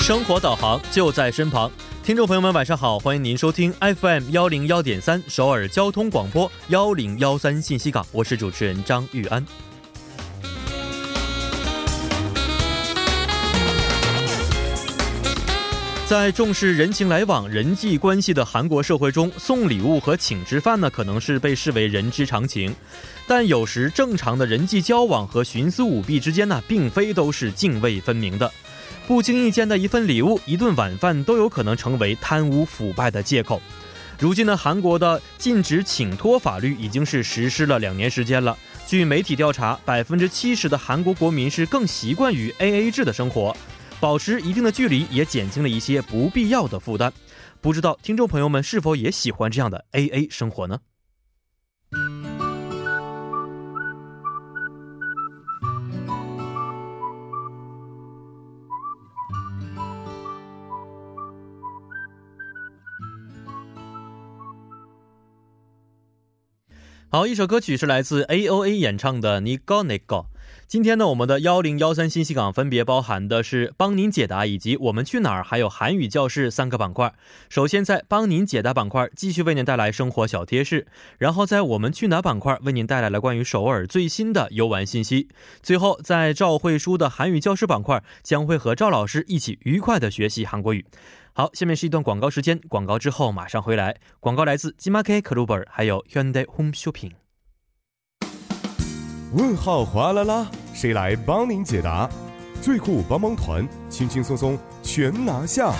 生活导航就在身旁。听众朋友们，晚上好，欢迎您收听 FM 幺零幺点三首尔交通广播幺零幺三信息港，我是主持人张玉安。在重视人情来往、人际关系的韩国社会中，送礼物和请吃饭呢，可能是被视为人之常情。但有时正常的人际交往和徇私舞弊之间呢，并非都是泾渭分明的。不经意间的一份礼物、一顿晚饭，都有可能成为贪污腐败的借口。如今呢，韩国的禁止请托法律已经是实施了两年时间了。据媒体调查，百分之七十的韩国国民是更习惯于 AA 制的生活。保持一定的距离，也减轻了一些不必要的负担。不知道听众朋友们是否也喜欢这样的 A A 生活呢？好，一首歌曲是来自 A O A 演唱的《你 o n i g o 今天呢，我们的幺零幺三信息港分别包含的是帮您解答以及我们去哪儿，还有韩语教室三个板块。首先在帮您解答板块，继续为您带来生活小贴士；然后在我们去哪儿板块，为您带来了关于首尔最新的游玩信息；最后在赵慧舒的韩语教室板块，将会和赵老师一起愉快的学习韩国语。好，下面是一段广告时间，广告之后马上回来。广告来自 g i m a k Club，还有 Hyundai Home Shopping。问号哗啦啦，谁来帮您解答？最酷帮帮团，轻轻松松全拿下。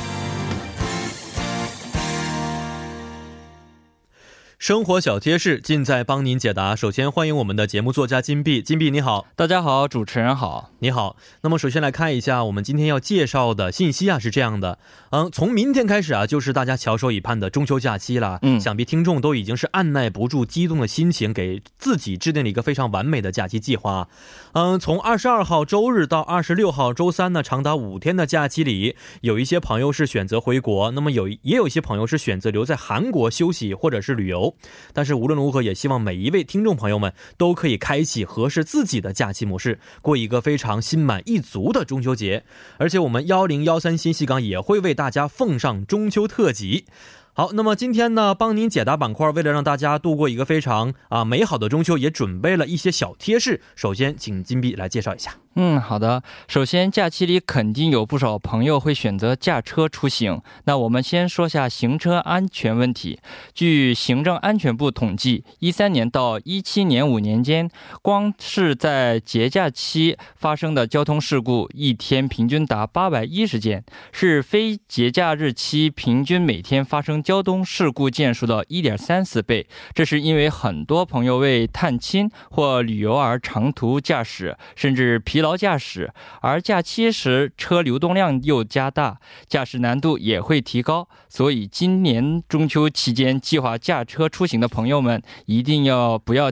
生活小贴士尽在帮您解答。首先欢迎我们的节目作家金币，金币你好，大家好，主持人好。你好。那么首先来看一下我们今天要介绍的信息啊，是这样的，嗯，从明天开始啊，就是大家翘首以盼的中秋假期了。嗯想必听众都已经是按耐不住激动的心情，给自己制定了一个非常完美的假期计划。嗯，从二十二号周日到二十六号周三呢，长达五天的假期里，有一些朋友是选择回国，那么有也有一些朋友是选择留在韩国休息或者是旅游。但是无论如何，也希望每一位听众朋友们都可以开启合适自己的假期模式，过一个非常心满意足的中秋节。而且我们幺零幺三新西港也会为大家奉上中秋特辑。好，那么今天呢，帮您解答板块，为了让大家度过一个非常啊美好的中秋，也准备了一些小贴士。首先，请金币来介绍一下。嗯，好的。首先，假期里肯定有不少朋友会选择驾车出行。那我们先说下行车安全问题。据行政安全部统计，一三年到一七年五年间，光是在节假期发生的交通事故，一天平均达八百一十件，是非节假日期平均每天发生交通事故件数的一点三四倍。这是因为很多朋友为探亲或旅游而长途驾驶，甚至疲劳驾驶，而假期时车流动量又加大，驾驶难度也会提高。所以今年中秋期间计划驾车出行的朋友们，一定要不要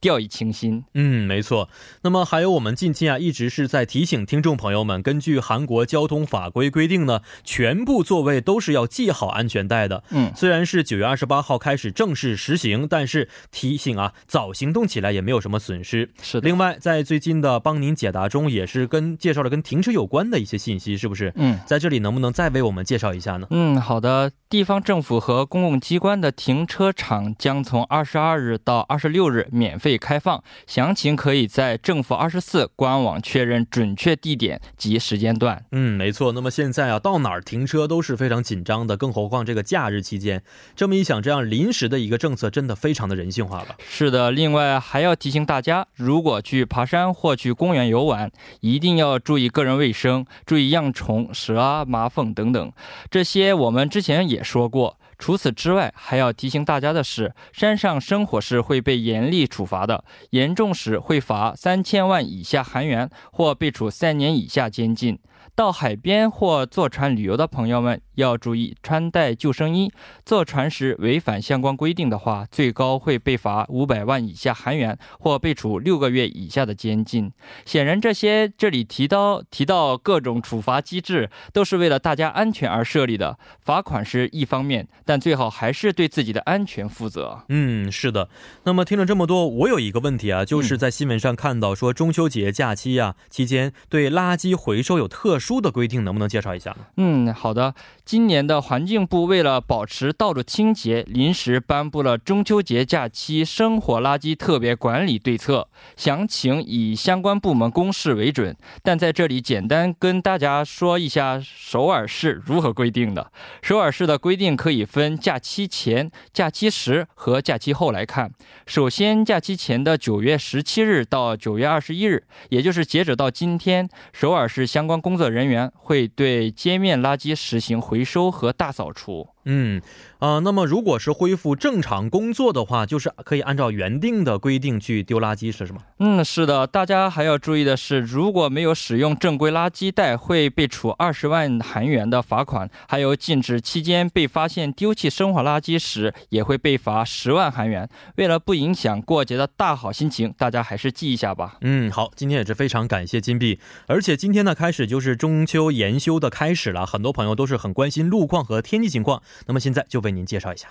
掉以轻心。嗯，没错。那么还有我们近期啊，一直是在提醒听众朋友们，根据韩国交通法规规定呢，全部座位都是要系好安全带的。嗯虽然是九月二十八号开始正式实行，但是提醒啊，早行动起来也没有什么损失。是的，另外，在最近的帮您解答中，也是跟介绍了跟停车有关的一些信息，是不是？嗯。在这里能不能再为我们介绍一下呢？嗯，好的。地方政府和公共机关的停车场将从二十二日到二十六日免费开放，详情可以在政府二十四官网确认准确地点及时间段。嗯，没错。那么现在啊，到哪儿停车都是非常紧张的，更何况这个假日期间，这么一想，这样临时的一个政策，真的非常的人性化了。是的，另外还要提醒大家，如果去爬山或去公园游玩，一定要注意个人卫生，注意恙虫、蛇啊、麻蜂等等，这些我们之前也说过。除此之外，还要提醒大家的是，山上生火是会被严厉处罚的，严重时会罚三千万以下韩元或被处三年以下监禁。到海边或坐船旅游的朋友们要注意穿戴救生衣，坐船时违反相关规定的话，最高会被罚五百万以下韩元，或被处六个月以下的监禁。显然，这些这里提到提到各种处罚机制，都是为了大家安全而设立的。罚款是一方面，但最好还是对自己的安全负责。嗯，是的。那么听了这么多，我有一个问题啊，就是在新闻上看到说中秋节假期啊期间对垃圾回收有特殊的规定，能不能介绍一下呢？嗯，好的。今年的环境部为了保持道路清洁，临时颁布了中秋节假期生活垃圾特别管理对策，详情以相关部门公示为准。但在这里简单跟大家说一下首尔市如何规定的。首尔市的规定可以分假期前、假期时和假期后来看。首先，假期前的九月十七日到九月二十一日，也就是截止到今天，首尔市相关工作人员会对街面垃圾实行回收和大扫除。嗯，啊、那么如果是恢复正常工作的话，就是可以按照原定的规定去丢垃圾，是什么？嗯，是的，大家还要注意的是，如果没有使用正规垃圾袋，会被处二十万韩元的罚款，还有禁止期间被发现丢弃生活垃圾时，也会被罚十万韩元。为了不影响过节的大好心情，大家还是记一下吧。嗯，好，今天也是非常感谢金币，而且今天呢，开始就是中秋研修的开始了，很多朋友都是很关心路况和天气情况，那么现在就为您介绍一下。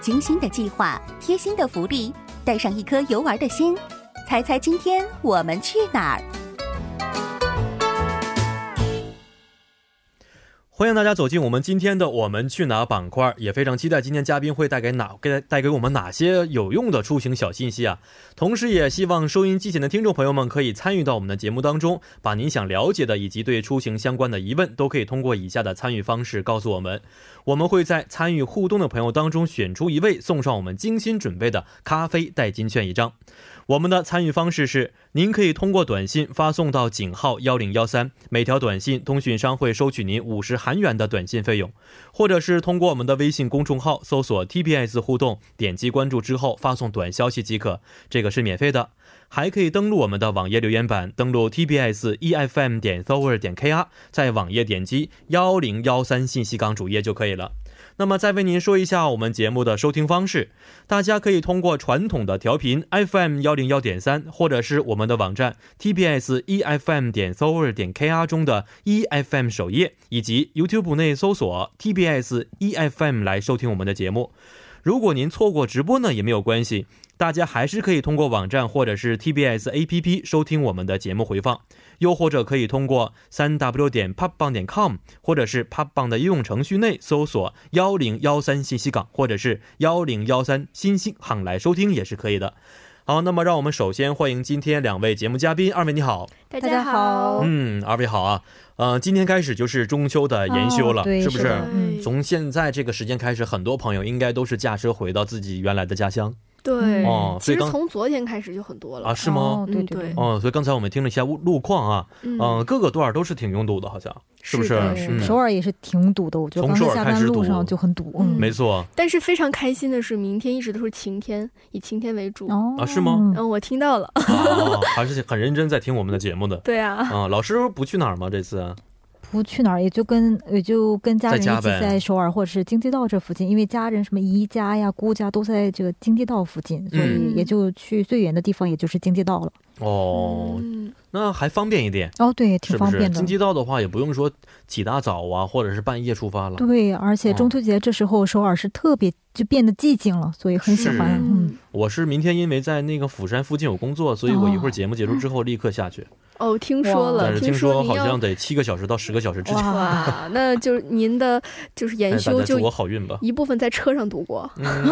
精心的计划，贴心的福利，带上一颗游玩的心，猜猜今天我们去哪儿？欢迎大家走进我们今天的“我们去哪”板块，也非常期待今天嘉宾会带给哪给带给我们哪些有用的出行小信息啊！同时，也希望收音机前的听众朋友们可以参与到我们的节目当中，把您想了解的以及对出行相关的疑问，都可以通过以下的参与方式告诉我们。我们会在参与互动的朋友当中选出一位，送上我们精心准备的咖啡代金券一张。我们的参与方式是：您可以通过短信发送到井号幺零幺三，每条短信通讯商会收取您五十韩元的短信费用，或者是通过我们的微信公众号搜索 TBS 互动，点击关注之后发送短消息即可，这个是免费的。还可以登录我们的网页留言板，登录 tbs efm 点 s o v e r 点 kr，在网页点击幺零幺三信息港主页就可以了。那么再为您说一下我们节目的收听方式，大家可以通过传统的调频 FM 幺零幺点三，或者是我们的网站 TBS EFM 点 s o v e r 点 KR 中的 EFM 首页，以及 YouTube 内搜索 TBS EFM E 来收听我们的节目。如果您错过直播呢，也没有关系，大家还是可以通过网站或者是 TBS APP 收听我们的节目回放，又或者可以通过三 W 点 p o p b a n 点 com 或者是 p o p b a n 的应用程序内搜索幺零幺三信息港或者是幺零幺三新星港来收听也是可以的。好，那么让我们首先欢迎今天两位节目嘉宾，二位你好，大家好嗯，二位好啊，呃，今天开始就是中秋的呃研修了，哦对是不是的嗯从现在这个时间开始，很多朋友应该都是驾车回到自己原来的家乡对，哦所嗯其以实刚从昨天开始就很多了啊，。是吗？哦、对嗯对对哦、所以刚才我们听了一下路路况啊，嗯嗯、各个段儿都是挺拥堵的，好像是不是？是的对嗯首尔也是挺堵的，我觉得从刚首尔才下开班始路堵上就很堵，嗯没错，但是非常开心的是，明天一直都是晴天，以晴天为主。哦啊是吗嗯，我听到了。 哦，还是很认真在听我们的节目的。对啊，啊、老师不去哪儿吗？这次不去哪儿，也就跟也就跟家人一在家起呗在首尔或者是京畿道这附近，因为家人什么姨家呀、姑家都在这个京畿道附近，所以嗯也就去最远的地方，也就是京畿道了。哦，嗯那还方便一点，哦，对，也是挺不方是？便的京。畿道的话，也不用说起大早啊，或者是半夜出发了。哦对，而且中秋节这时候首尔是特别就变得寂静了，所以很喜是欢。嗯，嗯，我是明天因为在那个釜山附近有工作，所以我一会儿哦节目结束之后立刻下去。哦，听说哇但了，是听说说您好要像得七个小时到十个小时之间。哇，哇，那就是您的就是哎研大家修就祝我好运 吧。一部分在车上度 过。嗯，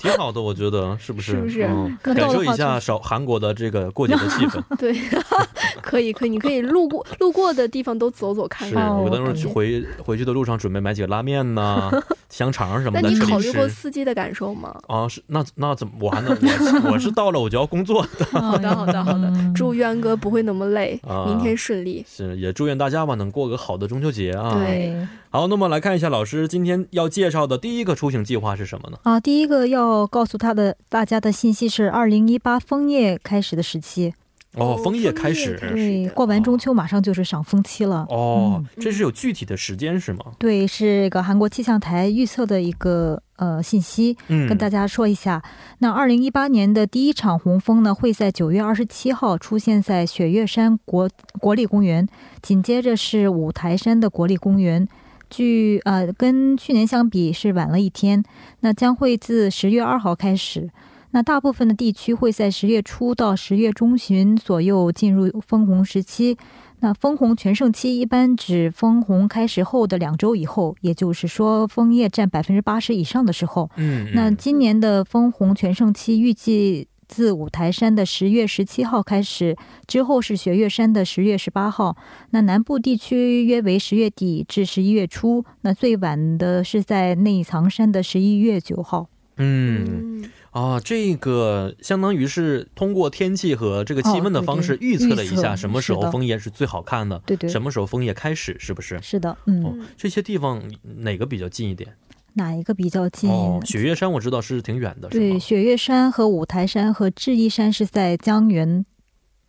挺好的，我觉得是不是？是不是嗯、那感到受的一话下就少韩国的这个过节的气氛。对， 可以可以，你可以 路过路过的地方都走走看是看。我哦等会儿懂去了回回去的路上准备买几个拉面呐、香肠什么那的，你吃考零虑过食。司机的感受吗？啊，是那那怎么我还能我是我是到了我就要工作 好的好的好嗯的嗯祝渊哥不会那么累啊，明天顺利。是也祝愿大家吧能过个好的中秋节啊！对对。好，那么来看一下老师今天要介绍的第一个出行计划是什么呢？啊，第一个要告诉他的大家的信息是二零一八枫叶开始的时期，哦，枫叶开是始的对，过完中秋马上就是赏枫期了。哦，这是有具体的时间是吗？对，是一个韩国气象台预测的一个呃信息，嗯，跟大家说一下。那二零一八年的第一场红枫呢，会在九月二十七号出现在雪岳山国国立公园，紧接着是五台山的国立公园。据呃，跟去年相比是晚了一天，那将会自十月二号开始。那大部分的地区会在十月初到十月中旬左右进入枫红时期。那枫红全盛期一般指枫红开始后的两周以后，也就是说枫叶占百分之八十以上的时候。嗯，那嗯今年的枫红全盛期预计自五台山的十月十七号开始，之后是雪月山的十月十八号。那南部地区约为十月底至十一月初，那最晚的是在内藏山的十一月九号。嗯啊，这个相当于是通过天气和这个气温的方式哦对对预测了一下预测什么时是候的枫叶是最好看的，对对什么时候枫叶开始，是不是？是的，嗯，哦，这些地方哪个比较近一点？哪一个比较近？哦，雪月山我知道是挺远的，是对，吗？雪月山和五台山和智异山是在江原、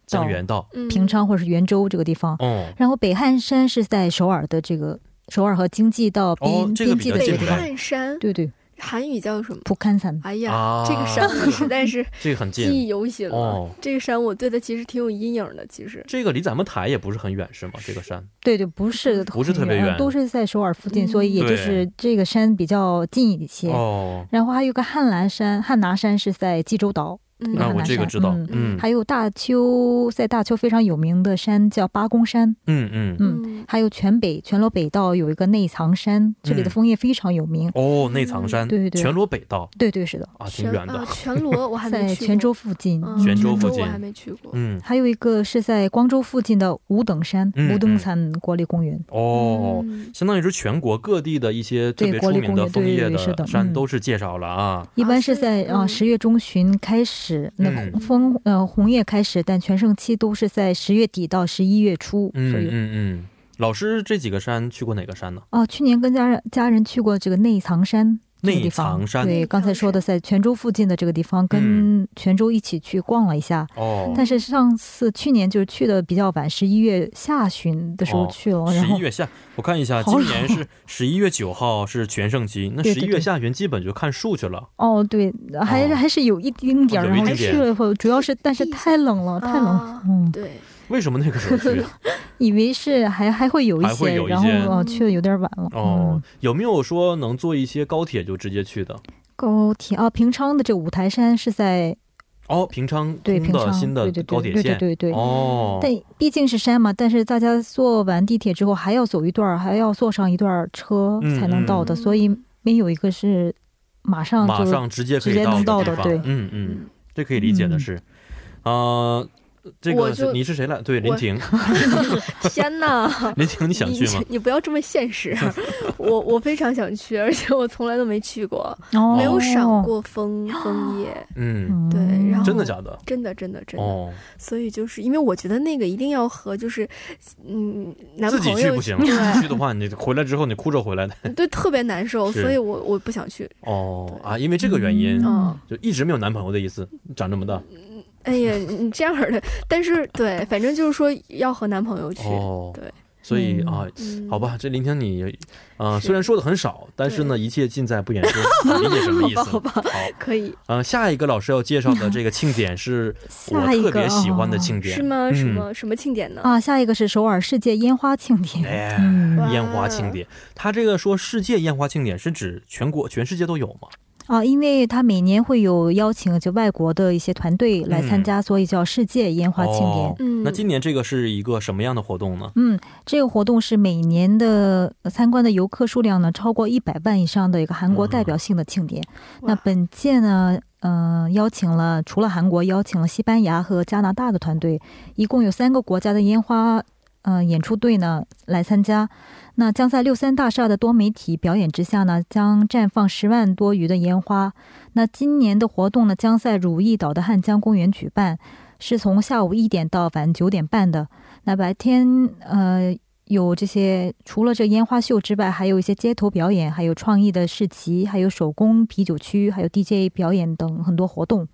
江原道。嗯平昌或是圆州这个地方，哦，然后北汉山是在首尔的这个首尔和京畿到边、哦这个边比际较的近这北个地吧方，汉山，对对，韩语叫什么？普堪山。哎呀，啊这个山我实在是这个很记近。忆犹 新了。哦这个山我对它其实挺有阴影的，其实。这个离咱们台也不是很远，是吗？这个山对对，不是哦不是特别很远都是在首尔附近，嗯所以也就是这个山比较近一些。哦，然后还有个汉兰山，汉拿山是在济州嗯岛，这那个汉啊我拿这个山知道嗯，嗯还有大邱，在大邱非常有名的山叫八公山，嗯嗯，嗯，嗯，还有全北全罗北道有一个内藏山，这里嗯的枫叶非常有名。哦，内藏山，嗯对对全罗北道对对是的，啊，挺全远的啊，，全罗我还没在去过。泉州附近。嗯，泉州附我近还没去过。嗯，还有一个是在光州附近的五等山嗯，五嗯等山国立公园。哦，嗯相当于是全国各地的一些特对别出国立名的公枫叶园对是的的山嗯都是介绍了啊。一般是所以在啊嗯十月中旬开始，那嗯枫呃红叶开始，但全盛期都是在十月底到十一月初左嗯右。嗯嗯，老师这几个山去过哪个山呢？哦，去年跟家人家人去过这个内藏山这个内地方。藏山嗯内对，藏刚才说的在泉州附近的这个地方，跟泉州一起去逛了一下。哦，但是上次去年就是去的比较晚，十一月下旬的时候哦去了，然十一后月下，我看一下，好今冷哦年是十一月九号是全盛期，那对十对一月对下旬基本就看树去了。哦对，还、哦还是有一丁点儿，有一然后丁点去了以后，主要是但是太冷了，太冷了，啊嗯。对，为什么那个时候去？啊 哦以为是还还会有一还会些，有一然后些哦去的有点晚了。哦嗯，，有没有说能坐一些高铁就直接去的？高铁啊，平昌的这五台山是在哦，平昌对通平的昌新的对对对高铁对线对，对对。哦，但毕竟是山嘛，但是大家坐完地铁之后还要走一段儿，还要坐上一段儿车嗯才能到的，嗯所以没有一个是马上马就上直接可直以接能到到的的地方。对嗯嗯，这可以理解的嗯是，啊、这我个就是你是谁来？对，林我 婷，嗯天哪！林婷， 你想去吗 你？你不要这么 现实，我我非常想去，而且我从来都没去过，哦没有赏。过枫枫叶，嗯，嗯对然后真的假的？真的真的真的。哦，所以就是因为我觉得那个一定要和就是嗯男自己朋去友不行，自己去对的话，你回来之后你哭着回来的。对特别难受，是所以我我不想去。哦啊，因为这个原因、嗯，就一直没有男朋友的意思，长这么大。哎呀，你这样的，但是对，反正就是说要和男朋友去。哦，对，所以嗯啊。嗯、好，吧，这林婷你，啊、是虽然说的很少，但是呢，一切尽在不言 中，理解什么意思？好吧好，可以呃，下一个老师要介绍的这个庆典 是我下一个哦特别喜欢的庆典，哦是吗？嗯什么、什么庆典呢？啊，下一个是首尔世界烟花庆典。哎，嗯哇烟花庆典，它这个说世界烟花庆典是指全国全世界都有吗？啊，因为它每年会有邀请就外国的一些团队来参加，所以叫世界烟花庆典。嗯哦嗯，那今年这个是一个什么样的活动呢？嗯，这个活动是每年的呃参观的游客数量呢超过一百万以上的一个韩嗯国代表性的庆典。那哇本届呢，嗯、邀请了除了韩国，邀请了西班牙和加拿大的团队，一共有三个国家的烟花呃演出队呢来参加。那将在六三大厦的多媒体表演之下呢，将绽放十万多余的烟花。那今年的活动呢，将在汝矣岛的汉江公园举办，是从下午一点到晚九点半的。那白天呃有这些，除了这烟花秀之外，还有一些街头表演，还有创意的市集，还有手工啤酒区，还有 DJ 表演等很多活动。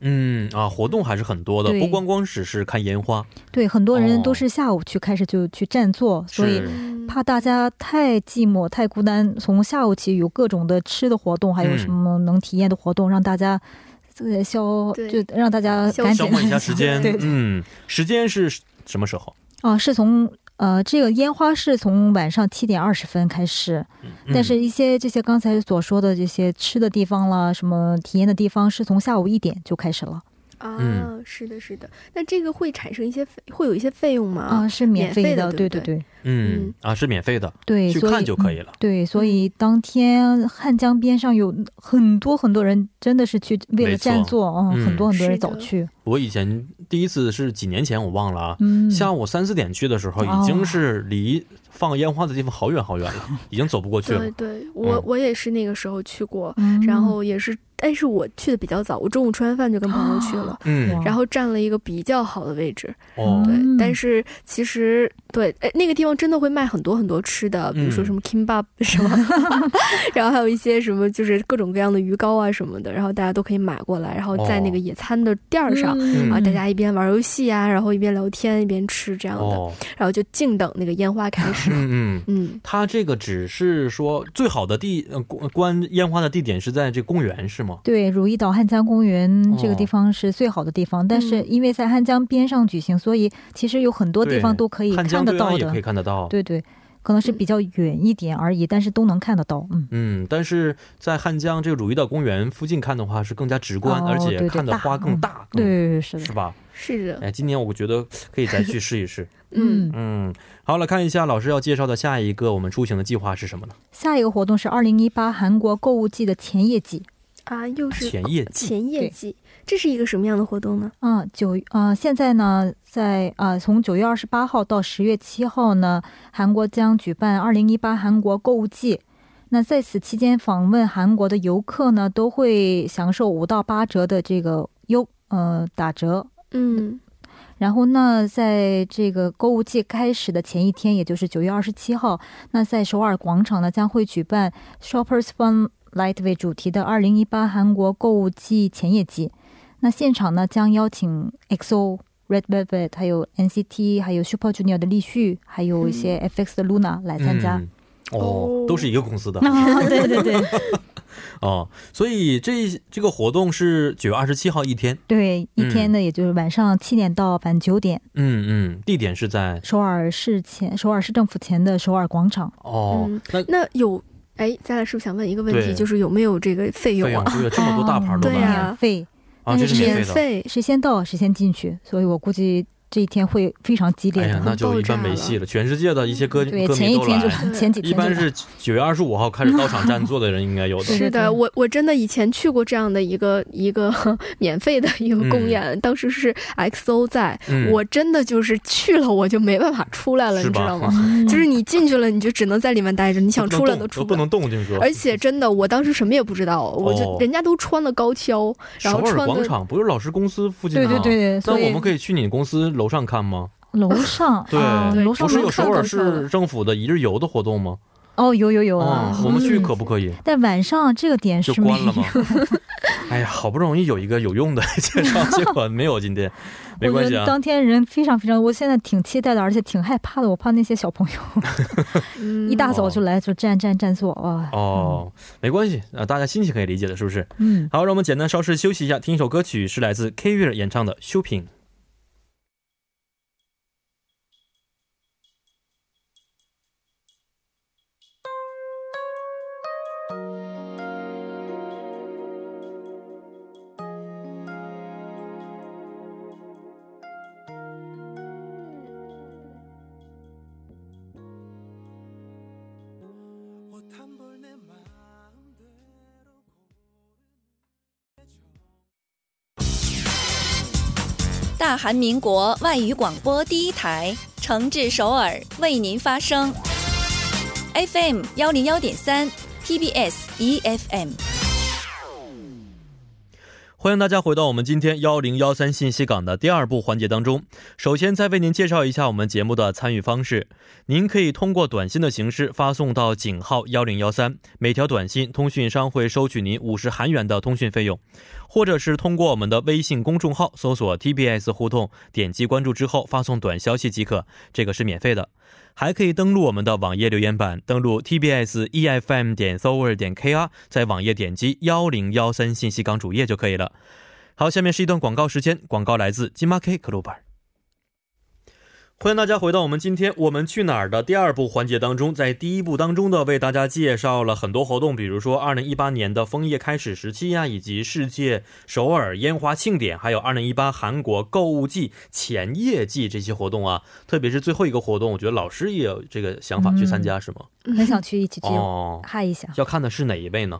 嗯啊，活动还是很多的，对不光光只是看烟花，对，很多人哦都是下午去开始就去占座，所以是嗯怕大家太寂寞、太孤单，从下午起有各种的吃的活动，还有嗯什么能体验的活动，让大家呃消，对就让大家消赶嗯紧消磨一下时间 对，对嗯，时间是什么时候？啊，是从呃，这个烟花是从晚上七点二十分开始，嗯但嗯是一些这些刚才所说的这些吃的地方啦，什么体验的地方，是从下午一点就开始了。啊嗯，是的，是的。那这个会产生一些费，会有一些费用吗？啊、是免免费费的对对不对对嗯嗯啊是免费的，对，去所看就可以嗯了对，所以当天汉江边上有很多很多人，真的是去为没了错占座，嗯，嗯很多很多人是的早去，我以前第一次是几年前我忘了啊，嗯，下午三四点去的时候，已经是离放烟花的地方好远好远了，哦已经走不过去了对。对，我嗯我也是那个时候去过，嗯，然后也是，但是我去的比较早，我中午吃完饭就跟朋友去哦了。嗯哇然后占了一个比较好的位置，哦对，嗯但是其实对，哎，那个地方真的会卖很多很多吃的，比如说嗯什么 kimbap 什么，然后还有一些什么就是各种各样的鱼糕啊什么的，然后大家都可以买过来，然后在那哦个野餐的垫儿上、嗯啊，大家一边玩游戏啊，然后一边聊天一边吃这样的，哦，然后就静等那个烟花开嗯始。嗯。 嗯，它这个只是说最好的地呃观观烟花的地点是在这公园是吗？对，如意岛汉江公园这个地哦方是最好的地方，但嗯是因为在汉江边上举行，所以其实有很多地方对都可以汉江看对得到岸也的可以。看得到。对对，可能是比较远一点而已，但是都能看得到。嗯，嗯，但是在汉江这个鲁伊岛公园附近看的话是更加直观，哦而且对对看的大花更嗯大，对更对对，是是的。吧？是的，哎，今年我觉得可以再去试一试。 嗯，嗯，好了，看一下老师要介绍的下一个我们出行的计划是什么呢？下一个活动是二零一八韩国购物季的前夜季。啊，又是前夜季。前夜对祭，这是一个什么样的活动呢？啊，九啊、现在呢，在啊、从九月二十八号到十月七号呢，韩国将举办二零一八韩国购物季。那在此期间访问韩国的游客呢，都会享受五到八折的这个优呃打折。嗯然后呢，在这个购物季开始的前一天，也就是九月二十七号，那在首尔广场呢将会举办 “Shoppers Fun Light” 为主题的二零一八韩国购物季前夜季。那现场呢将邀请 EXO、Red Velvet、还有 NCT、还有 Super Junior 的立旭，还有一些 FX 的 Luna 来参加。嗯哦哦，都嗯是一个公司的啊， 对对 对哦，所以这这个活动是九月二十七号一天，对，一天呢，也就是晚上七点到晚九点，嗯嗯，地点是在首尔市前、首尔市政府前的首尔广场。哦，嗯那那有，哎，咱俩是不是想问一个问对题，就是有没有这个费用费用啊？对呀，这么多哦大牌儿都对呀买免费。啊，这是免免费的。费，谁先到谁先进去，所以我估计这一天会非常激烈哎呀的。，那就一般没戏了，全世界的一些歌歌迷嗯对，都来。前一天就对前几一天就般来是九月二十五号开始到场占座的人应该有的。对是对的，我我真的以前去过这样的一个一个 免费的一个公演，当时是 XO 在，嗯我真的就是去了我就没办法出来了，是你吧知道吗？就是你进去了，你就只能在里面待着，你想出来都出不来。能动，这个。而且真的，我当时什么也不知道，我就、哦人家都穿的高跷，然首后尔穿广的场不是老师公司附近嗯对吗？对对，那所我以们可以去你公司楼上看吗？楼上 对啊对楼上不是能有看首到尔的市政府的一日游的活动吗？哦，有有有啊嗯，，我们去嗯可不可以？但晚上这个点就是没关了有吗？ 哎呀，好不容易有一个有用的 介绍，结果没有今天，没我关觉系得啊。当天人非常非常，我现在挺期待的，而且挺害怕的。我怕那些小朋友嗯一大早就来就站站站坐哇。哦，没关系啊，大家心情可以理解的，是不是？嗯，好，让我们简单稍事休息一下，听一首歌曲，是来自 K 乐演唱的《Shopping》。 옷 한 벌 내 마음대로 고르는 게 大韩民国外语广播第一台，诚挚首尔为您发声，FM 幺零幺点三，TBS EFM。欢迎大家回到我们今天幺零幺三信息港的第二部环节当中。首先，再为您介绍一下我们节目的参与方式。您可以通过短信的形式发送到井号幺零幺三，每条短信通讯商会收取您五十韩元的通讯费用，或者是通过我们的微信公众号搜索 TBS 互动，点击关注之后发送短消息即可，这个是免费的。还可以登录我们的网页留言板，登录 tbs efm 点 s o u r 点 kr，在网页点击幺零幺三信息港主页就可以了。好，下面是一段广告时间，广告来自金马 K Club。欢迎大家回到我们今天我们去哪儿的第二部环节当中，在第一部当中的为大家介绍了很多活动，比如说二零一八年的枫叶开始时期呀、啊以及世界首尔烟花庆典，还有二零一八韩国购物季前夜季这些活动啊。特别是最后一个活动，我觉得老师也有这个想法去参加，是吗？很想嗯去一起去哦，嗨一下，要看的是哪一位呢？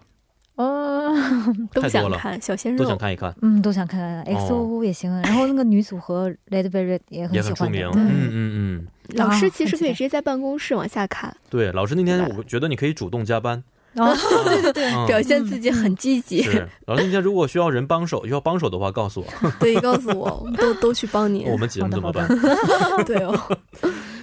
哦， 都太多想了看小鲜都想肉，看一看， 嗯，都想看看哦 XO 也行，然后那个女组合 Red Velvet 也也很喜很出欢的名。对嗯嗯嗯，老啊师其实可很期以待直接在办公室往下看，对，老师那天我觉得你可以主动加班，然后对对对，表现自嗯己很积极。嗯是，老师，您家如果需要人帮手，需要帮手的话，告诉我，对，告诉我，我们都都去帮您。我们节目怎么办？ 对哦，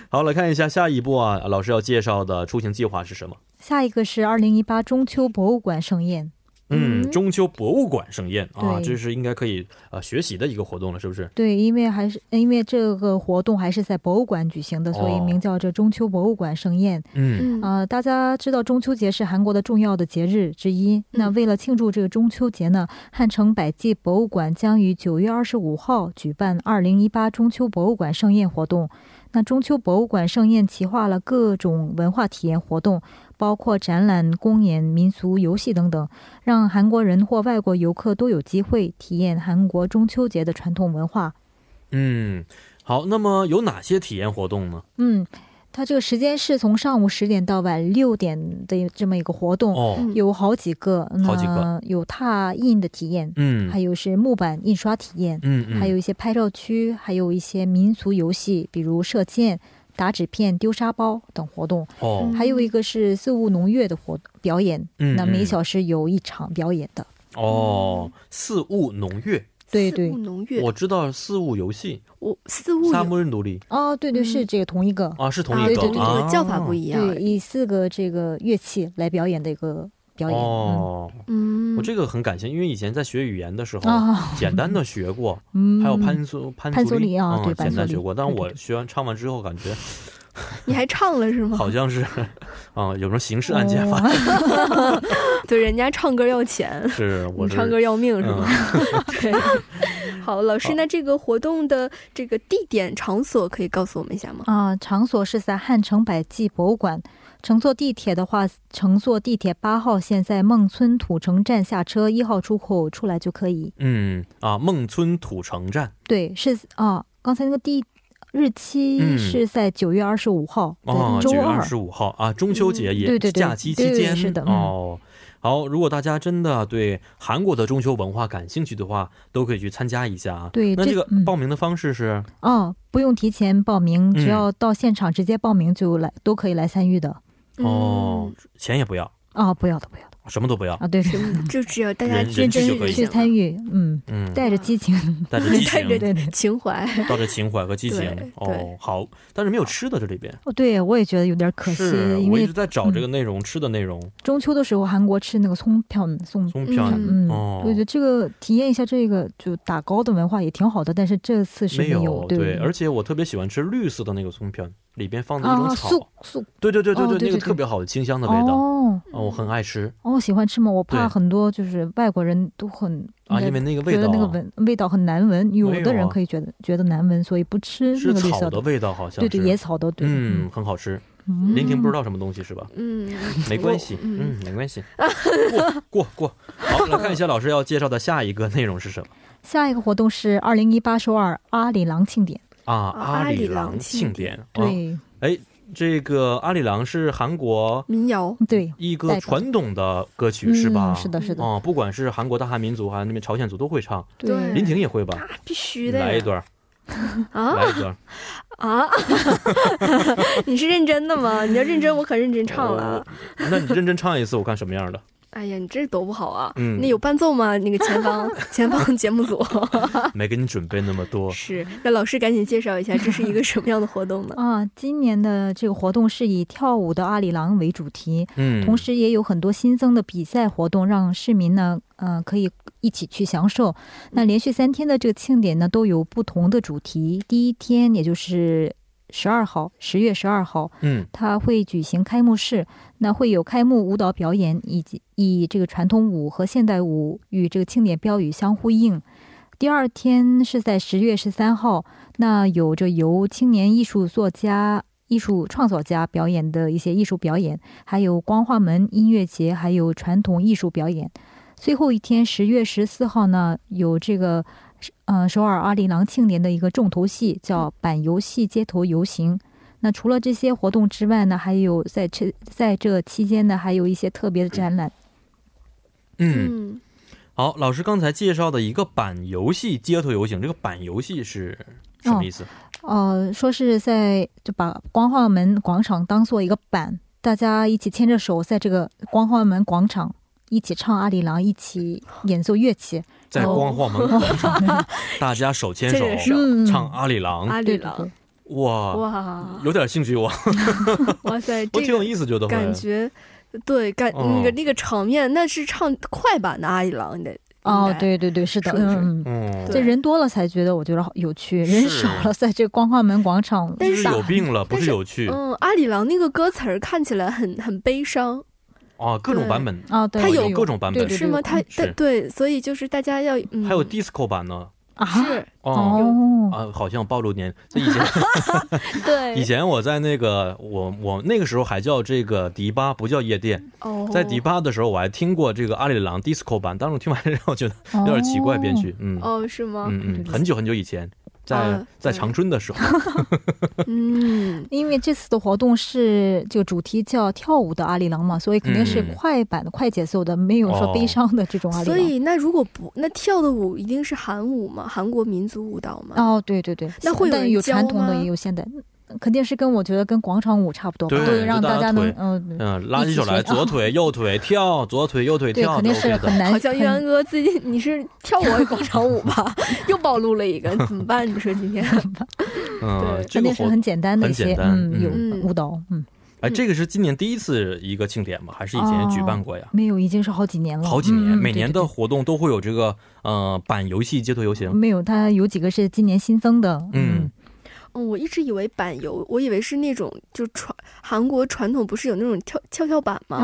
好，来看一下下一步啊，老师要介绍的出行计划是什么？下一个是二零一八中秋博物馆盛宴，嗯，嗯中秋博物馆盛宴啊，对这是应该可以呃学习的一个活动了，是不是？对，因为还是因为这个活动还是在博物馆举行的，所以哦名叫这中秋博物馆盛宴。嗯，嗯呃，大家知道中秋节是韩国的重要的节日之一。那为了庆祝这个中秋节呢，汉城百济博物馆将于九月二十五号举办二零一八中秋博物馆盛宴活动。那中秋博物馆盛宴企划了各种文化体验活动，包括展览、公演、民俗游戏等等，让韩国人或外国游客都有机会体验韩国中秋节的传统文化。嗯，好，那么有哪些体验活动呢？嗯，它这个时间是从上午十点到晚六点的这么一个活动。哦，嗯有好几个，好几个那有拓印的体验，嗯还有是木板印刷体验，嗯嗯，还有一些拍照区，还有一些民俗游戏，比如射箭、打纸片、丢沙包等活动。哦，嗯还有一个是四物农乐的活表演，嗯，那每嗯小时有一场表演的。哦，四物农乐，对四对物农乐，我知道四物游戏，我四物萨有姆人独立哦，对对，嗯是这个同一个，啊，是同啊一对个对对，这啊个，叫法不一样。对，以四个这个乐器来表演的一个表演。哦，嗯，我这个很感谢，因为以前在学语言的时候嗯。，啊，简单的学过， 嗯，还有潘苏潘潘苏苏里里啊对嗯，潘简苏单里学过，但对对我对学完唱完之后，感觉 你还唱了是吗？好像是 啊、有什么刑事案件哦发生？对，人家唱歌要钱，是， 我你是唱歌要命是嗯吗？对。好，老师，那这个活动的这个地点、场所可以告诉我们一下吗？啊，场所是在汉城百济博物馆。乘坐地铁的话，乘坐地铁八号线，在孟村土城站下车，一号出口出来就可以。嗯啊，孟村土城站对，是啊，刚才那个地日嗯期是在九月二十五号，对哦，周九月二二。十五号啊，中秋节嗯也对对对假期对期对间是的嗯哦。好，如果大家真的对韩国的中秋文化感兴趣的话，都可以去参加一下啊。对那这这个嗯报名的方式是哦，不用提前报名，嗯只要到现场直接报名就来，都可以来参与的。哦，嗯钱也不要，啊，不要的，不要的什么都不要，啊，对，对嗯，就只要大家人捐人去就赠可以去参与与，嗯，嗯，带着激 情，带着激带情着，对对。 情怀。带着情怀和激对情对哦。好，但是没有吃的这里边。哦，对，我也觉得有点可惜是，因我一为嗯直在找这个内容，吃的内容，中秋的时候，韩国吃那个葱票送葱票嗯嗯，哦我觉得这个体验一下这个就打糕的文化也挺好的，但是这次是没有，对对而且我特别喜欢吃绿色的那个葱片，里边放的一啊，种草，素素对对对对哦那对个对对特别好的清香的味道，啊、哦我很爱吃哦，喜欢吃吗？我对怕很多就是外国人都很啊，因应为该那个味觉道得那个啊闻味道很难闻，有没有的人啊可以觉得觉得难闻，所以不吃那是个绿草色的的，味道，好像对是对，野草的，对，嗯，很好吃。嗯林婷不知道什么东西是吧？嗯，没关系我，嗯嗯，没关系， 过过过。好，来看一下老师要介绍的下一个内容是什么下一个活动是二零一八首尔阿里郎庆典，啊？啊阿阿里里郎郎庆庆典典，啊，对、这个阿里郎是韩国民谣。对，一代个表传统的歌曲是吧？嗯、是的，是的，哦，不管是韩国大汉民族还是那边朝鲜族都会唱，对林婷也会吧？啊必须的呀！来一段儿，啊来一段儿。啊！ 你是认真的吗？你要认真，我可认真唱了啊。那你认真唱一次，我看什么样的？哎呀，你这多不好啊！嗯那有伴奏吗？那个前方 前方节目组没给你准备那么多。是。那老师赶紧介绍一下，这是一个什么样的活动呢？啊，今年的这个活动是以跳舞的阿里郎为主题，嗯，同时也有很多新增的比赛活动，让市民呢，呃，可以一起去享受。那连续三天的这个庆典呢，都有不同的主题。第一天，也就是十二号，十月十二号，嗯，它会举行开幕式，那会有开幕舞蹈表演，以及以这个传统舞和现代舞与这个庆典标语相呼应。第二天是在十月十三号，那有着由青年艺术作家、艺术创作家表演的一些艺术表演，还有光化门音乐节，还有传统艺术表演。最后一天，十月十四号呢，有这个呃首尔阿里郎庆年的一个重头戏，叫板游戏街头游行。那除了这些活动之外呢，还有在这在这期间呢，还有一些特别的展览。嗯，嗯，好，老师刚才介绍的一个板游戏街头游行，这个板游戏是哦什么意思？呃，说是在就把光化门广场当做一个板，大家一起牵着手，在这个光化门广场一起唱阿里郎，一起演奏乐器。在光化门哦广场， 大家手牵手牵着手嗯唱《阿里郎》阿里对对郎，对，哇，哇有点兴趣我，哇塞，我挺这有个意思，觉得会感觉，对感哦那个那个场面，那是唱快版的阿里郎的哦，，对对对，是的，是是嗯。嗯嗯，对这人多了才觉得我觉得好有趣，人是少了在这光化门广场但就是是有病了，不是有趣应该嗯，阿里郎那个歌词儿看起来很很悲伤，啊，各种版本，啊，对，它有对各种版本对对对是吗？他嗯是但对，所以就是大家要，嗯、还有 disco 版呢，啊，是哦。哦，啊，好像暴露年。这以前 对以前我在那个我我那个时候还叫这个迪吧，不叫夜店。哦，在迪吧的时候，我还听过这个阿里郎 disco 版，当时我听完让我觉得有点奇怪编哦。曲。嗯哦是吗？嗯嗯，很久很久以前，在啊在对长春的时 候。嗯，因为这次的活动是这个主题叫跳舞的阿里郎嘛，所以肯定是嗯快板的、快节奏的，没有说悲伤的这种阿里所郎。以那如果不那跳的舞一定是韩舞吗？韩国民族舞蹈吗？哦，对对对，那会有但人有教传统的，吗也有现代，肯定是跟我觉得跟广场舞差不多吧，对就是让就大家大家能腿嗯。嗯，拉起手来，一起学哦左腿右腿跳，左腿右腿对，跳啊肯都定是 OK 很的。难。好像哎很玉安哥最近你是跳我广场舞吧？ 又暴露了一个，怎么办？你说今天嗯对，这肯个定是活很简单的一很些简，单嗯，有嗯舞蹈，嗯，哦哎，这个是今年第一次一个庆典吗？还是以前举办过呀？没有，已经是好几年了，好几年，嗯每年对的对活动都会有这个呃板游戏街头游行对。没有，它有几个是今年新增的，嗯，嗯，我一直以为板游，我以为是那种就传韩国传统不是有那种跳跷跷板嗯吗？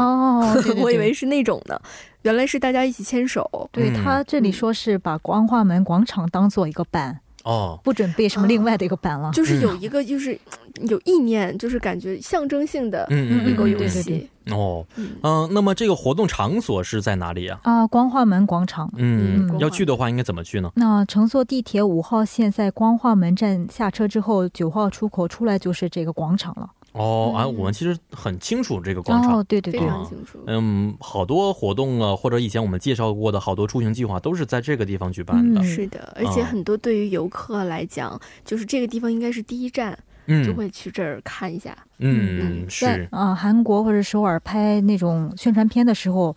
哦，对对 我以对哦为是那种呢，原来是大家一起牵手。对嗯他这里说是把光化门广场当做一个板，哦，不准备什么另外的一个板了。就是嗯有一个就是嗯有意念，就是感觉象征性的嗯一嗯个嗯游对对戏。嗯，哦，嗯嗯，那么这个活动场所是在哪里啊？啊，光化门广场。嗯，嗯要去的话应该怎么去呢？那乘坐地铁五号线，在光化门站下车之后，九号出口出来就是这个广场了。哦，啊，嗯我们其实很清楚这个广场。哦，对对非对，常清楚。嗯，好多活动啊，或者以前我们介绍过的好多出行计划都是在这个地方举办的嗯。是的，而且啊很多对于游客来讲，就是这个地方应该是第一站，就嗯会去这儿看一下。嗯，在是啊、韩国或者首尔拍那种宣传片的时候，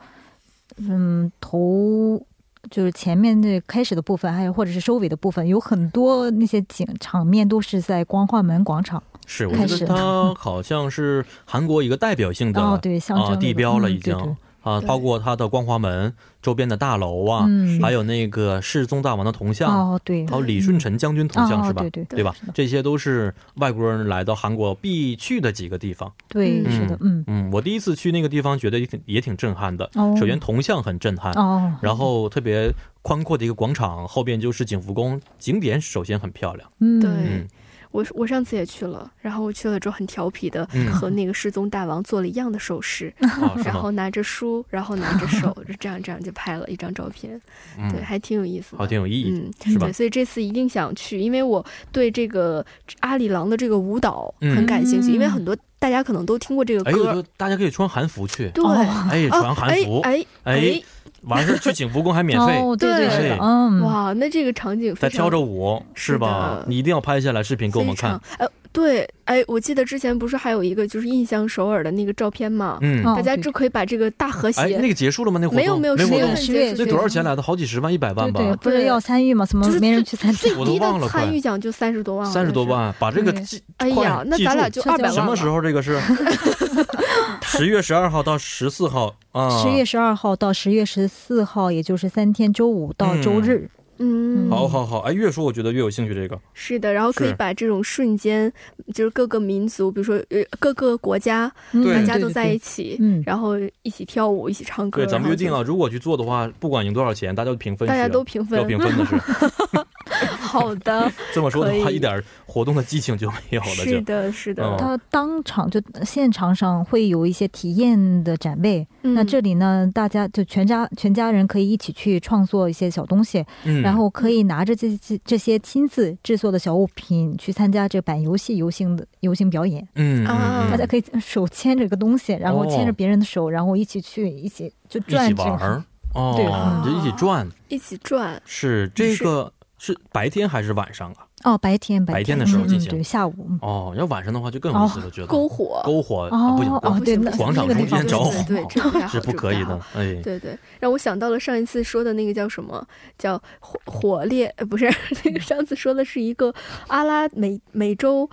嗯，头就是前面的开始的部分，还有或者是收尾的部分，有很多那些景场面都是在光化门广场。是，我开觉得始它好像是韩国一个代表性的哦，对，象征、啊地标了已经嗯、对对啊，对包括它的光华门周边的大楼啊，嗯还有那个世宗大王的铜像，哦，对，还有李顺臣将军铜像哦是吧对？对对吧是的？这些都是外国人来到韩国必去的几个地方。对，嗯是的，嗯，嗯，我第一次去那个地方，觉得也挺也挺震撼的。哦，首先铜像很震撼，哦，然后特别宽阔的一个广场，后边就是景福宫。景点首先很漂亮，嗯，对嗯我我上次也去了，然后我去了之后很调皮的 嗯和那个失踪大王做了一样的手势，啊，是然吗后？拿着书，然后拿着 手，就这样这样就拍了一张照片，对，嗯，还挺有意思的。好，挺有意义的。嗯，是吧对，所以这次一定想去，因为我对这个阿里郎的这个舞蹈很感兴趣，嗯因为很多大家可能都听过这个哎，我歌，觉得大家可以穿韩服去，对，哦哎，啊穿韩服，哎哎哎，完事儿去景福宫还免费，哦，对对对是的，嗯，哇，那这个场景再非常跳着舞，是是吧的？你一定要拍下来视频给我们看。。非常呃，对，哎，我记得之前不是还有一个就是印象首尔的那个照片嘛，嗯，哦大家对就可以把这个大和谐，哎，那个结束了吗？那活动没有没有没十活月动份，十结月束那对多少钱来的？好几十万、一百万对吧，对，不是要参与嘛，怎么就是没人去参加？最 我都低忘的了快参与奖就三十多万，三十多。万，把这个对记，哎呀快，那记咱住俩就这二就百万了。嗯什么时候这个 是？十月十二号到十四号啊，十月十二号到十月十四号，也就是三天，周五到周日，嗯，好好好，哎，越说我觉得越有兴趣这个。是的，然后可以是把这种瞬间，就是各个民族，比如说呃各个国家，对大嗯家都对在一对起，嗯然后一起跳舞，一起唱歌。对，咱们然后约定就了，如果去做的话，不管赢多少钱，大家都平分是，啊大家都平要分。平分的是。 好的，这么说的话，可以一点儿活动的激情就没有了，是就的，是的嗯。他当场就现场上会有一些体验的展位，嗯那这里呢，大家就全家全家人可以一起去创作一些小东西，嗯，然后可以拿着这这这些亲自制作的小物品去参加这版游戏游行的游行表演。嗯，嗯啊嗯大家可以手牵着个东西，然后牵着哦别人的手，然后一起去，一起就一转起这玩个儿对啊哦，你就一起转，一起转，是这个是白天还是晚上啊？哦，白天白天天的时候嗯进嗯行对，下午。嗯哦，要晚上的话就更有意思了，觉得篝火。篝火啊哦不行，哦啊不对行那不行广场那个中地方间着火对对，这个 不太好是不可以。这个的太好，哎，对对，让我想到了上一次说的那个叫什么，叫火火烈，呃不是 嗯那个上次说的是一个阿拉美美洲，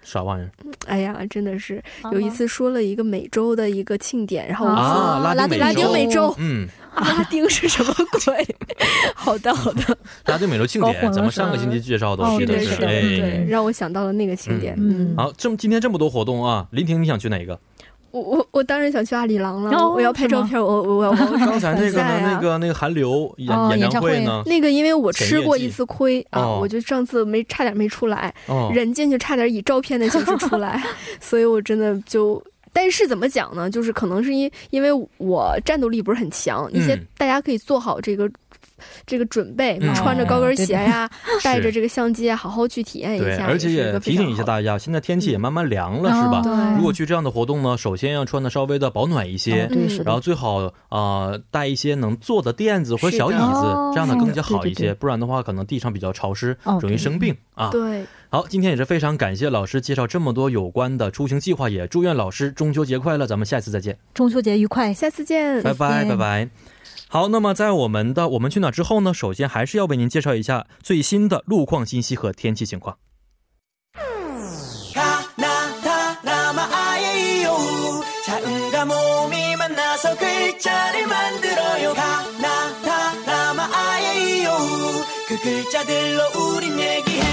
啥玩意儿哎呀，真的是有一次说了一个美洲的一个庆典，然后我说啊？拉丁美拉丁洲，美洲嗯，阿拉丁是什么鬼？ 好的好 的，拉丁美洲庆搞典，混了咱们上个星期介绍的，是吧记是得的对是，是的，嗯哎哦对，。让我想到了那个庆典。嗯嗯，好，这么今天这么多活动啊，林婷，你想去哪个？我我我当然想去阿里郎了，哦我要拍照片，我我我要我刚才那个呢比赛？啊那个那个韩流演哦演唱演唱会会呢？那个，因为我吃过前夜一祭次亏啊，哦我就上次没差点没出来，哦，人进去差点以照片的形式 出来，所以我真的就。但是怎么讲呢？就是可能是因因为我战斗力不是很强，一些嗯大家可以做好这个这个准备，嗯穿着高跟鞋呀、是带着这个相机啊，好好去体验一对，下。而且是也个非提常醒一下好大家，现在天气也慢慢凉了，哦是吧？嗯对如果去这样的活动呢，首先要穿的稍微的保暖一些，哦对是的然后最好呃带一些能坐的垫子或者是小椅的子哦，这样的是的更加好一些，对对对不然的话可能地上比较潮湿，哦容易生病啊。对，好，今天也是非常感谢老师介绍这么多有关的出行计划，也祝愿老师中秋节快乐，咱们下次再见，中秋节愉快，下次见。拜拜见拜拜。好，那么在我们的我们去哪儿之后呢？首先还是要为您介绍一下最新的路况信息和天气情况。 가나다 남아아예이요 자음과 몸이 만나서 글자를 만들어요 가나다 남아아예이요 그 글자들로 우린 얘기해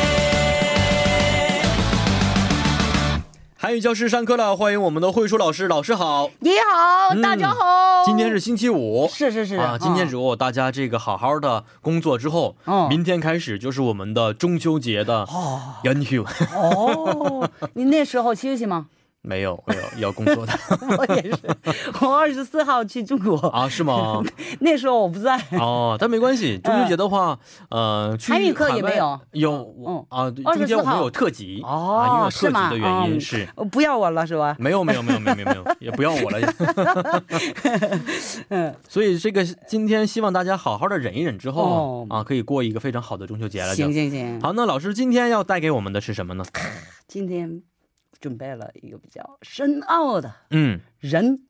韩语教室上课了，欢迎我们的慧舒老师，老师好。你好，大家好。嗯今天是星期五，是是是啊，今天如果大家这个好好的工作之后，嗯明天开始就是我们的中秋节的哦元宵，哦，你那时候休息吗？ 没有没有要工作的 我也是，我二十四号去中国，啊，是吗？那时候我不在。哦，但没关系，中秋节的话，呃，去嗯韩语课也海外没有嗯有我啊，对24中间我们号有特辑哦啊，因为有特是辑吗的原因嗯是。哦不要我了是吧？没有没有没有没有没有没 有，也不要我了。 嗯 所以这个今天希望大家好好的忍一忍，之后、哦啊，可以过一个非常好的中秋嗯节了。就行行行，好，那老师今天要带给我们的是什么呢？今天准备了一个比较深奥的嗯，人，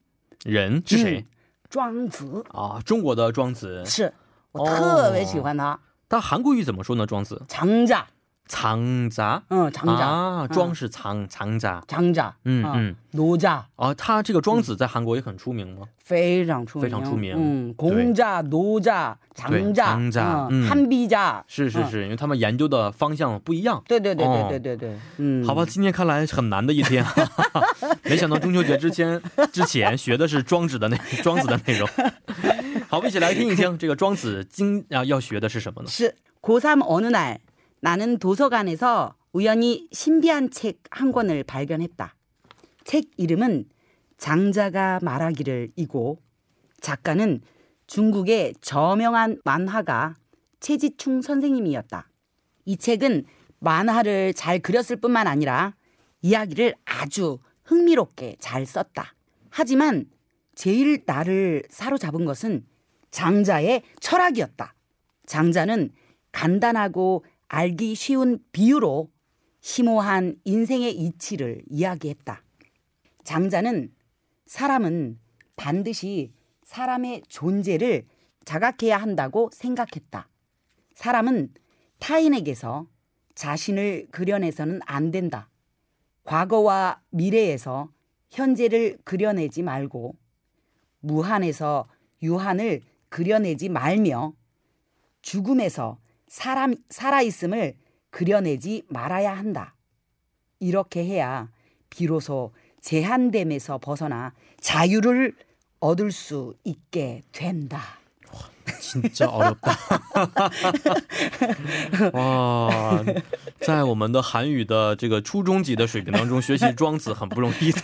人是谁、嗯庄子啊？中国的庄子，是我哦特别喜欢他，但韩国语怎么说呢？庄子长家，藏杂嗯，长家，啊，嗯庄是藏藏杂，长家，嗯啊嗯儒家啊，他这个庄子在韩国也很出名吗？非常出名，非常出名嗯，公家、儒家、对长家、长家嗯嗯，汉毕家，是是嗯是，因为他们研究的方向不一样。对对对哦对对对对，嗯，好吧，，今天看来很难的一 天，哈哈哈没想到中秋节之 前之前学的是庄子的内庄子的内 容。好，我们一起来听一听这个庄子今啊要学的是什么呢？是고3 어느 날 나는 도서관에서 우연히 신비한 책 한 권을 발견했다. 책 이름은 장자가 말하기를 이고 작가는 중국의 저명한 만화가 최지충 선생님이었다. 이 책은 만화를 잘 그렸을 뿐만 아니라 이야기를 아주 흥미롭게 잘 썼다. 하지만 제일 나를 사로잡은 것은 장자의 철학이었다. 장자는 간단하고 알기 쉬운 비유로 심오한 인생의 이치를 이야기했다. 장자는 사람은 반드시 사람의 존재를 자각해야 한다고 생각했다. 사람은 타인에게서 자신을 그려내서는 안 된다. 과거와 미래에서 현재를 그려내지 말고 무한에서 유한을 그려내지 말며 죽음에서 사람 살아있음을 그려내지 말아야 한다. 이렇게 해야 비로소 제한됨에서 벗어나 자유를 얻을 수 있게 된다. 진짜 어렵다.哇，在我们的韩语的这个初中级的水平当中，学习庄子很不容易的。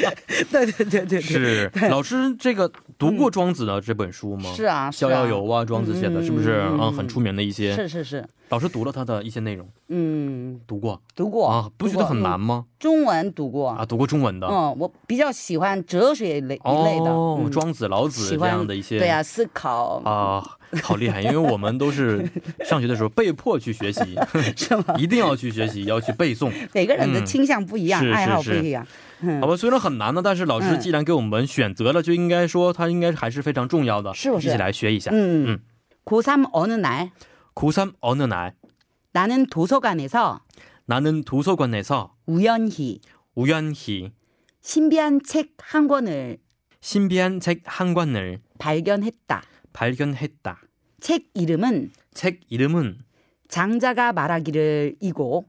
对对对 네. 对对，是 老师这个读过庄子的这本书吗？是啊，是逍啊遥游》啊，庄子写的，是不是嗯嗯啊？很出名的一些。是是是，老师读了他的一些内容，嗯，读过读过啊，不觉得很难？读过吗？嗯中文读过啊，读过中文的嗯，我比较喜欢哲学类一类的，哦嗯，庄子、老子喜这欢样的一些对啊，思考， 啊，好厉害！因为我们都是上学的时候被迫去学习， 是吗？ 一定要去学习，要 去背诵。每个人的嗯倾向不一样，是是爱好不是一样，嗯好吧，虽然很难呢，但是老师嗯既然给我们选择了，就应该说它应该还是非常重要的，是不是一起来学一下。 음. 음. 고3 어느 날 고3 어느 날 나는 도서관에서 나는 도서관에서 우연히 우연히 신비한 책 한 권을 신비한 책 한 권을 발견했다. 발견했다. 책 이름은 책 이름은 장자가 말하기를 이고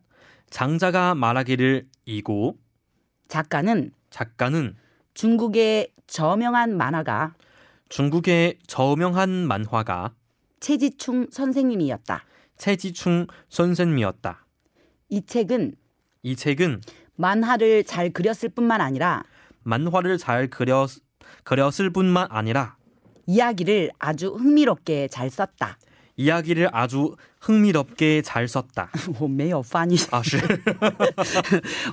장자가 말하기를 이고 작가는 작가는 중국의 저명한 만화가 중국의 저명한 만화가 최지충 선생님이었다. 최지충 선생님이었다. 이 책은 이 책은 만화를 잘 그렸을 뿐만 아니라 만화를 잘 그렸, 그렸을 뿐만 아니라 이야기를 아주 흥미롭게 잘 썼다. 이야기를 아주 흥미롭게 잘 썼다. 뭐 我没有翻译。 아, 是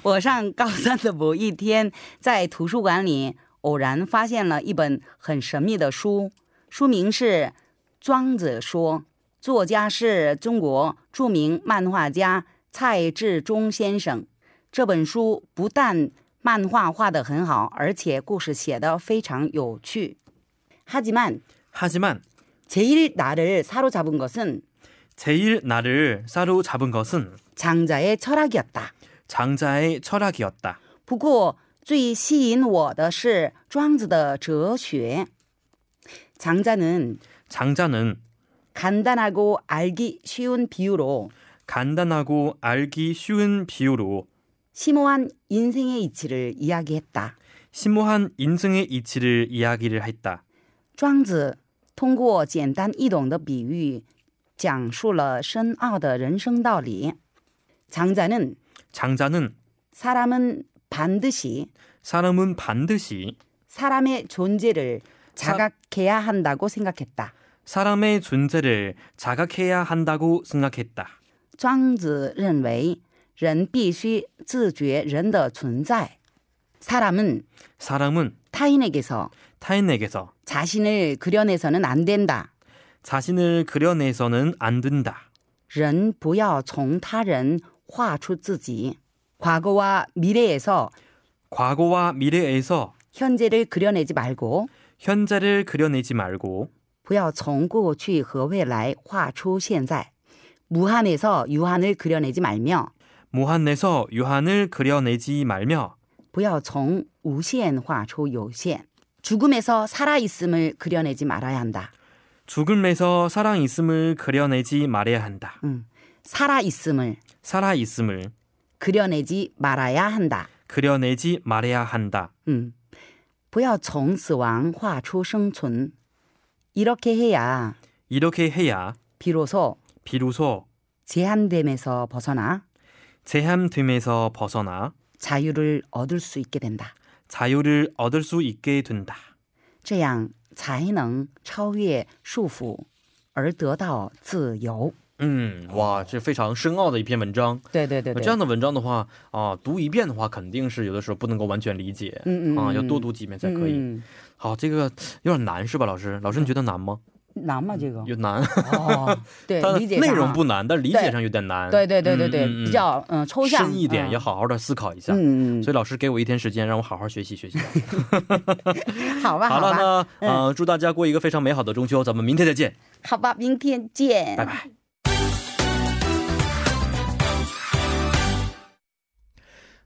我上高三的某一天，在图书馆里偶然发现了一本很神秘的书，书名是《庄子说》，作家是中国著名漫画家蔡志忠先生。这本书不但漫画画得很好，而且故事写得非常有趣。하지만 하지만 제일나를사로잡은것은 제일 나를 사로잡은 것은 장자의 철학이었다. 장자의 철학이었다. 不过最吸引我的是庄子的哲学。장자는 장자는 간단하고 알기 쉬운 비유로 간단하고 알기 쉬운 비유로 심오한 인생의 이치를 이야기했다. 심오한 인생의 이치를 이야기를 했다. 庄子通过简单易懂的比喻，讲述了深奥的人生道理。장자는 장자는 사람은 반드시 사람은 반드시 사람의 존재를 사- 자각해야 한다고 생각했다. 사람의 존재를 자각해야 한다고 생각했다. 庄子认为，人必须自觉人的存在。사람은 사람은 타인에게서 타인에게서 자신을 그려내서는 안 된다. 자신을 그려내서는 안 된다. 人不要从他人画出自己。과거와미래에서 과거와 미래에서 현재를 그려내지 말고 현재를 그려내지 말고 不要从过去和未来画出现在。무한에서 유한을 그려내지 말며 무한에서 유한을 그려내지 말며 不要从无限画出有限。죽음에서 살아 있음을 그려내지 말아야 한다. 죽음에서 사랑 있음을 그려내지 말아야 한다. 음. 살아 있음을 살아 있음을 그려내지 말아야 한다. 음. 그려내지 말아야 한다. 嗯不要从死亡画出生存。이렇게해야 이렇게 해야 비로소 비로소 제한됨에서 벗어나 제한됨에서 벗어나 자유를 얻을 수 있게 된다. 자유를 얻을 수 있게 된다. 这样才能超越束缚，而得到自由。 음, 와, 这非常深奥的一篇文章。对对对这样的文章的话啊，读一遍的话，肯定是有的时候不能够完全理解，嗯嗯啊，嗯要多读几遍才可以。嗯好，这个有点难是吧，老师？老师，你觉得难吗？难吗？这个有难，哦， 对它，理解内上容啊不难，但理解对上有点难。对对对对嗯对，嗯嗯比较嗯抽象深一点，嗯要好好的思考一下。嗯，嗯所以老师给我一天时间，让我好好学习学习。嗯 好吧， 好了好吧，嗯呢，呃，祝大家过一个非常美好的中秋，咱们明天再见，好吧，明天见，拜拜。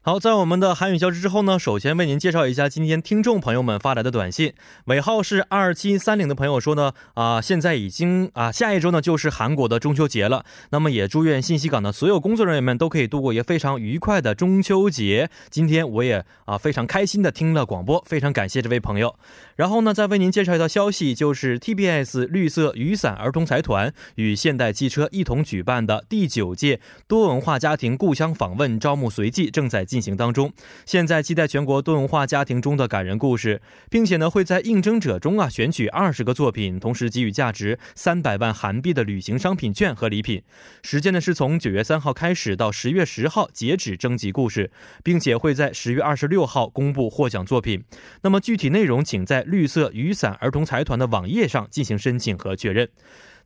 好，在我们的韩语消息之后呢，首先为您介绍一下今天听众朋友们发来的短信，尾号是二七三零的朋友说呢，啊、现在已经啊、下一周呢就是韩国的中秋节了，那么也祝愿信息港的所有工作人员们都可以度过一个非常愉快的中秋节。今天我也啊、非常开心的听了广播，非常感谢这位朋友。然后呢，再为您介绍一条消息，就是 TBS 绿色雨伞儿童财团与现代汽车一同举办的第九届多文化家庭故乡访问招募随即正在进行当中。现在期待全国多文化家庭中的感人故事，并且呢会在应征者中啊选取二十个作品，同时给予价值三百万韩币的旅行商品券和礼品。时间呢是从九月三号开始到十月十号截止征集故事，并且会在十月二十六号公布获奖作品。那么具体内容请在绿色雨伞儿童财团的网页上进行申请和确认。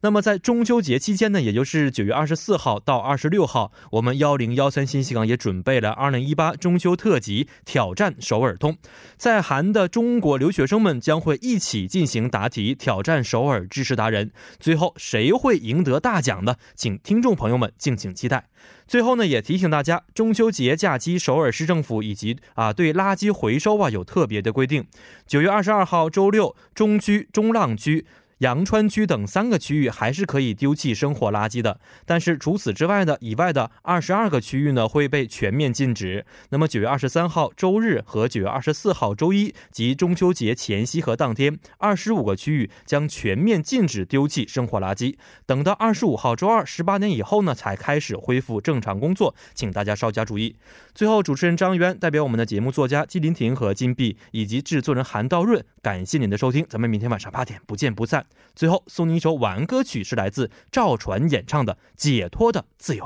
那么在中秋节期间呢，也就是九月二十四号到二十六号，我们幺零幺三新西港也准备了二零一八中秋特辑挑战首尔通，在韩的中国留学生们将会一起进行答题，挑战首尔知识达人。最后谁会赢得大奖呢？请听众朋友们敬请期待。最后呢，也提醒大家，中秋节假期，首尔市政府以及啊对垃圾回收啊有特别的规定。九月二十二号周六，中区、中浪区。阳川区等三个区域还是可以丢弃生活垃圾的，但是除此之外的以外的二十二个区域呢会被全面禁止。那么九月二十三号周日和九月二十四号周一及中秋节前夕和当天，二十五个区域将全面禁止丢弃生活垃圾。等到二十五号周二十八点以后呢，才开始恢复正常工作，请大家稍加注意。最后，主持人张渊代表我们的节目作家季林婷和金碧以及制作人韩道润，感谢您的收听，咱们明天晚上八点不见不散。最后送您一首晚安歌曲，是来自赵传演唱的《解脱的自由》。